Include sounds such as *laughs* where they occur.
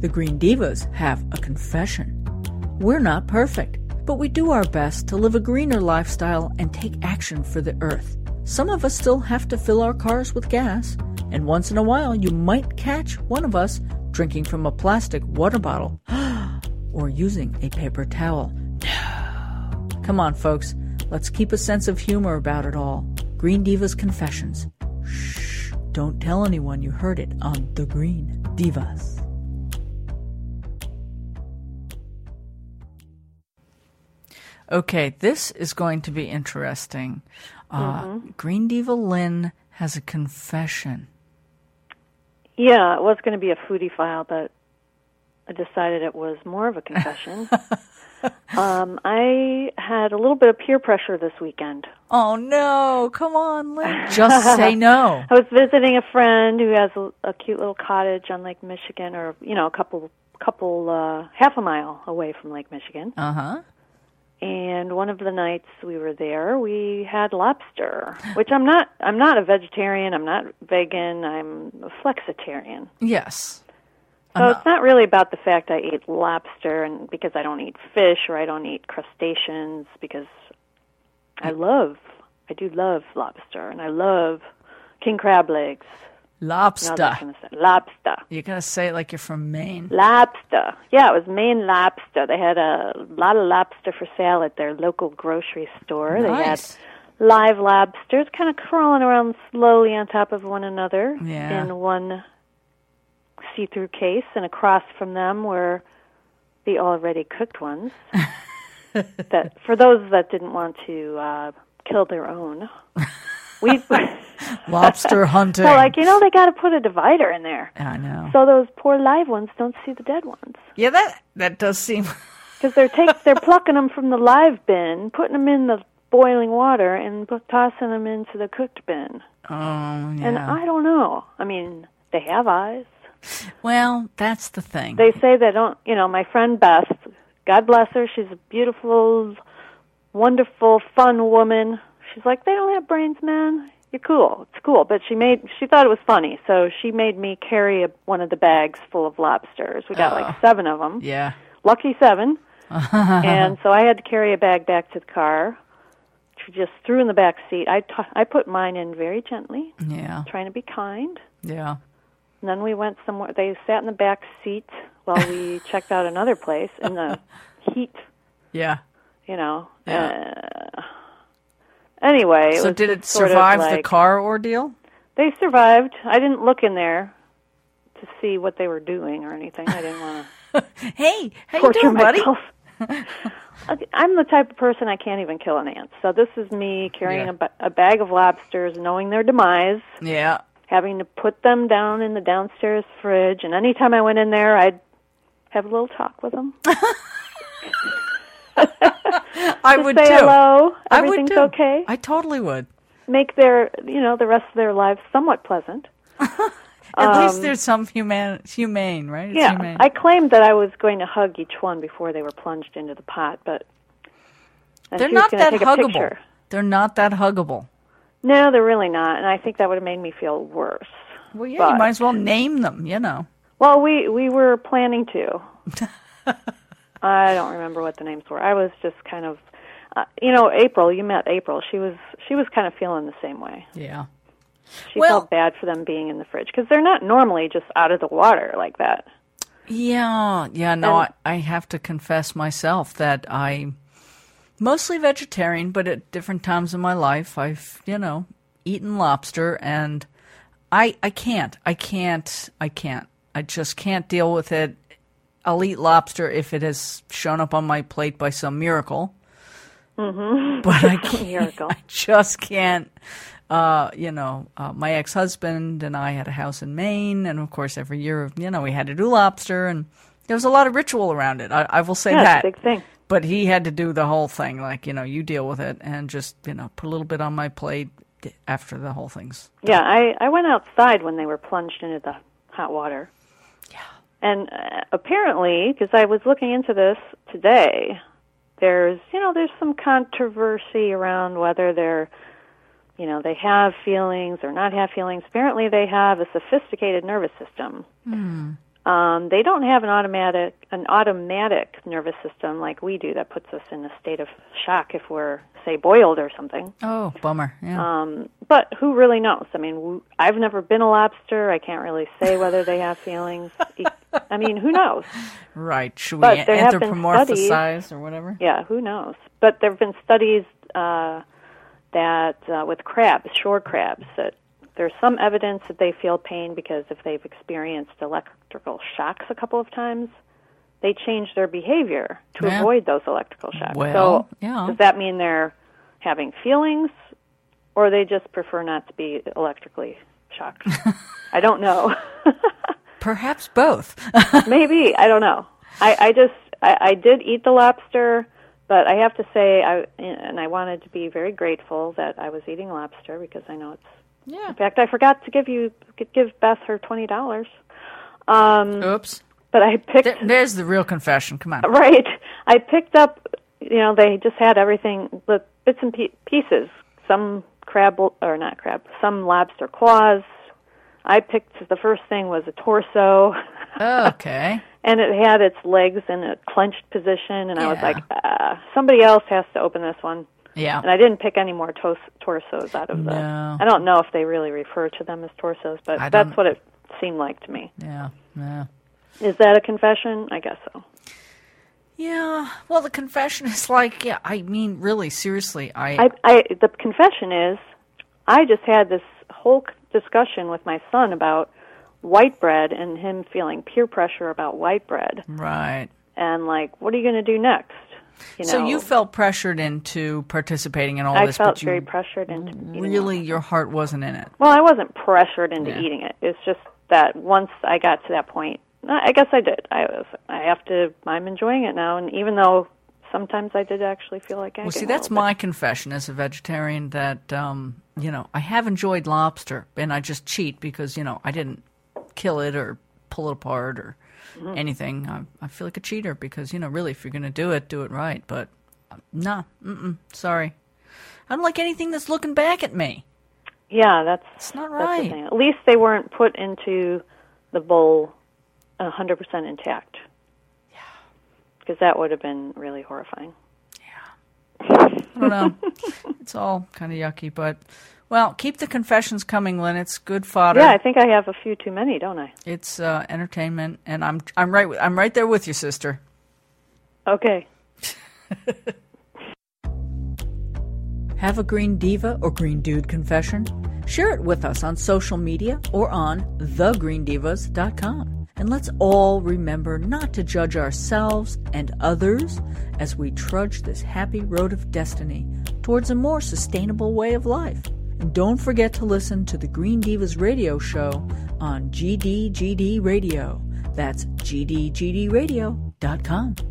The Green Divas have a confession. We're not perfect, but we do our best to live a greener lifestyle and take action for the earth. Some of us still have to fill our cars with gas, and once in a while you might catch one of us drinking from a plastic water bottle *gasps* or using a paper towel. Come on, folks, let's keep a sense of humor about it all. Green Divas Confessions. Shh, don't tell anyone you heard it on The Green Divas. Okay, this is going to be interesting. Uh, Mm-hmm. Green Diva Lynn has a confession. Yeah, it was going to be a foodie file, but I decided it was more of a confession. um, I had a little bit of peer pressure this weekend. Oh no! Come on, Lynn. Just *laughs* say no. I was visiting a friend who has a, a cute little cottage on Lake Michigan, or you know, a couple, couple, uh, half a mile away from Lake Michigan. Uh huh. and one of the nights we were there we had lobster which i'm not i'm not a vegetarian i'm not vegan i'm a flexitarian Yes. so it's not really about the fact i ate lobster and because i don't eat fish or i don't eat crustaceans because i love i do love lobster and i love king crab legs and all that Lobster. kind of stuff. lobster You're gonna say it like you're from Maine. Lobster. Yeah, it was Maine lobster. They had a lot of lobster for sale at their local grocery store. Nice. They had live lobsters kind of crawling around slowly on top of one another Yeah. in one see through case, and across from them were the already *laughs* cooked ones. that for those that didn't want to uh, kill their own, *laughs* we *laughs* Lobster hunting. were like you know they got to put a divider in there I know. so those poor live ones don't see the dead ones. Yeah, that that does seem. *laughs* because they're take they're plucking them from the live bin, putting them in the boiling water, and p- tossing them into the cooked bin. Oh yeah. And I don't know. I mean, they have eyes. well, that's the thing. They say they don't. You know, my friend Beth, God bless her, she's a beautiful, wonderful, fun woman. She's like, they don't have brains, man. You're cool. It's cool. But she made she thought it was funny, so she made me carry a, one of the bags full of lobsters. We got like seven of them. yeah. *laughs* lucky seven. Uh-huh. and so I had to carry a bag back to the car, which we just threw in the back seat. I t- I put mine in very gently, Yeah. trying to be kind. Yeah. And then we went somewhere. They sat in the back seat while *laughs* we checked out another place in the heat, Yeah. you know. Uh, anyway, So was did it just sort of survive the like- car ordeal? They survived. I didn't look in there to see what they were doing or anything. I didn't want to. Hey, how you torture doing, buddy? *laughs* myself. Okay, I'm the type of person I can't even kill an ant. So this is me carrying Yeah. a, ba- a bag of lobsters, knowing their demise, Yeah. having to put them down in the downstairs fridge, and anytime I went in there, I'd have a little talk with them. I would say too. hello. I would Everything's too. okay. I totally would. Make their, you know, the rest of their lives somewhat pleasant. At least there's some human, humane, right? It's Um, yeah, humane. I claimed that I was going to hug each one before they were plunged into the pot, but and They're she was not gonna that take a huggable. picture. They're not that huggable. No, they're really not, and I think that would have made me feel worse. Well, yeah, you But- might as well name them. You know. Well, we we were planning to. *laughs* I don't remember what the names were. I was just kind of, uh, you know, April. You met April. She was she was kind of feeling the same way. Yeah. She Well- felt bad for them being in the fridge because they're not normally just out of the water like that. Yeah, yeah. No, I, I have to confess myself that I mostly vegetarian, but at different times in my life, I've you know eaten lobster, and I I can't, I can't, I can't. I just can't deal with it. I'll eat lobster if it has shown up on my plate by some miracle. Mm-hmm. But I can't. Miracle. I just can't. Uh, you know, uh, my ex husband and I had a house in Maine, and of course, every year, you know, we had to do lobster, and there was a lot of ritual around it. I, I will say Yeah, it's a that. big thing. But he had to do the whole thing, like you know, you deal with it, and just you know, put a little bit on my plate after the whole thing's. Yeah, I I went outside when they were plunged into the hot water. Yeah. And uh, apparently, because I was looking into this today, there's you know there's some controversy around whether they're you know they have feelings or not have feelings. Apparently, they have a sophisticated nervous system. Um, they don't have an automatic an automatic nervous system like we do that puts us in a state of shock if we're say boiled or something. Oh, bummer. Yeah. Um, but who really knows? I mean, w- I've never been a lobster. I can't really say whether they have feelings. E- I mean, who knows? right. Should we but there have been anthropomorphize or whatever? Yeah, who knows? But there have been studies uh, that uh, with crabs, shore crabs, that there's some evidence that they feel pain because if they've experienced electrical shocks a couple of times, they change their behavior to Yeah. avoid those electrical shocks. Well, so yeah. does that mean they're having feelings, or they just prefer not to be electrically shocked? *laughs* I don't know. Perhaps both. *laughs* Maybe I don't know. I, I just I, I did eat the lobster, but I have to say I and I wanted to be very grateful that I was eating lobster because I know it's. yeah. In fact, I forgot to give you give Beth her twenty dollars. Um, Oops. but I picked There, there's the real confession. Come on. *laughs* right. I picked up. You know, they just had everything, the bits and pie pieces. Some crab or not crab, some lobster claws. I picked the first thing was a torso. *laughs* Okay. and it had its legs in a clenched position and i was Yeah. like uh, somebody else has to open this one Yeah. and i didn't pick any more tos- torsos out of the No. i don't know if they really refer to them as torsos but I that's don't- what it seemed like to me Yeah. Yeah. is that a confession i guess so Yeah. Well, the confession is like, yeah, I mean, really, seriously, I, i i the confession is i just had this whole c- discussion with my son about white bread and him feeling peer pressure about white bread right. and like what are you going to do next you know So you felt pressured into participating in all i this, felt but you Mm. very pressured into eating it. really, your heart wasn't in it. Well, I wasn't pressured into Yeah. eating it. It's just that once I got to that point, I I guess I did. I was. I have to. I'm enjoying it now, and even though sometimes I did actually feel like I. Well, see, that's my confession as a vegetarian that, um, you know, I have enjoyed lobster and I just cheat because, you know, I didn't kill it or pull it apart or Mm-hmm. anything. I, I feel like a cheater because, you know, really, if you're going to do it, do it right. But uh, nah, mm-mm, sorry. I don't like anything that's looking back at me. Yeah, that's. It's not That's right. the thing. At least they weren't put into the bowl, a 100% intact. Yeah. Because that would have been really horrifying. I don't know. *laughs* it's all kind of yucky, but, well, keep the confessions coming, Lynn. It's good fodder. Yeah, I think I have a few too many, don't I? It's uh, entertainment, and I'm, I'm, right, with- I'm right there with you, sister. Okay. Have a green diva or green dude confession? Share it with us on social media or on thegreendivas.com. And let's all remember not to judge ourselves and others as we trudge this happy road of destiny towards a more sustainable way of life. And don't forget to listen to the Green Divas radio show on GDGD Radio. That's GDGDRadio.com.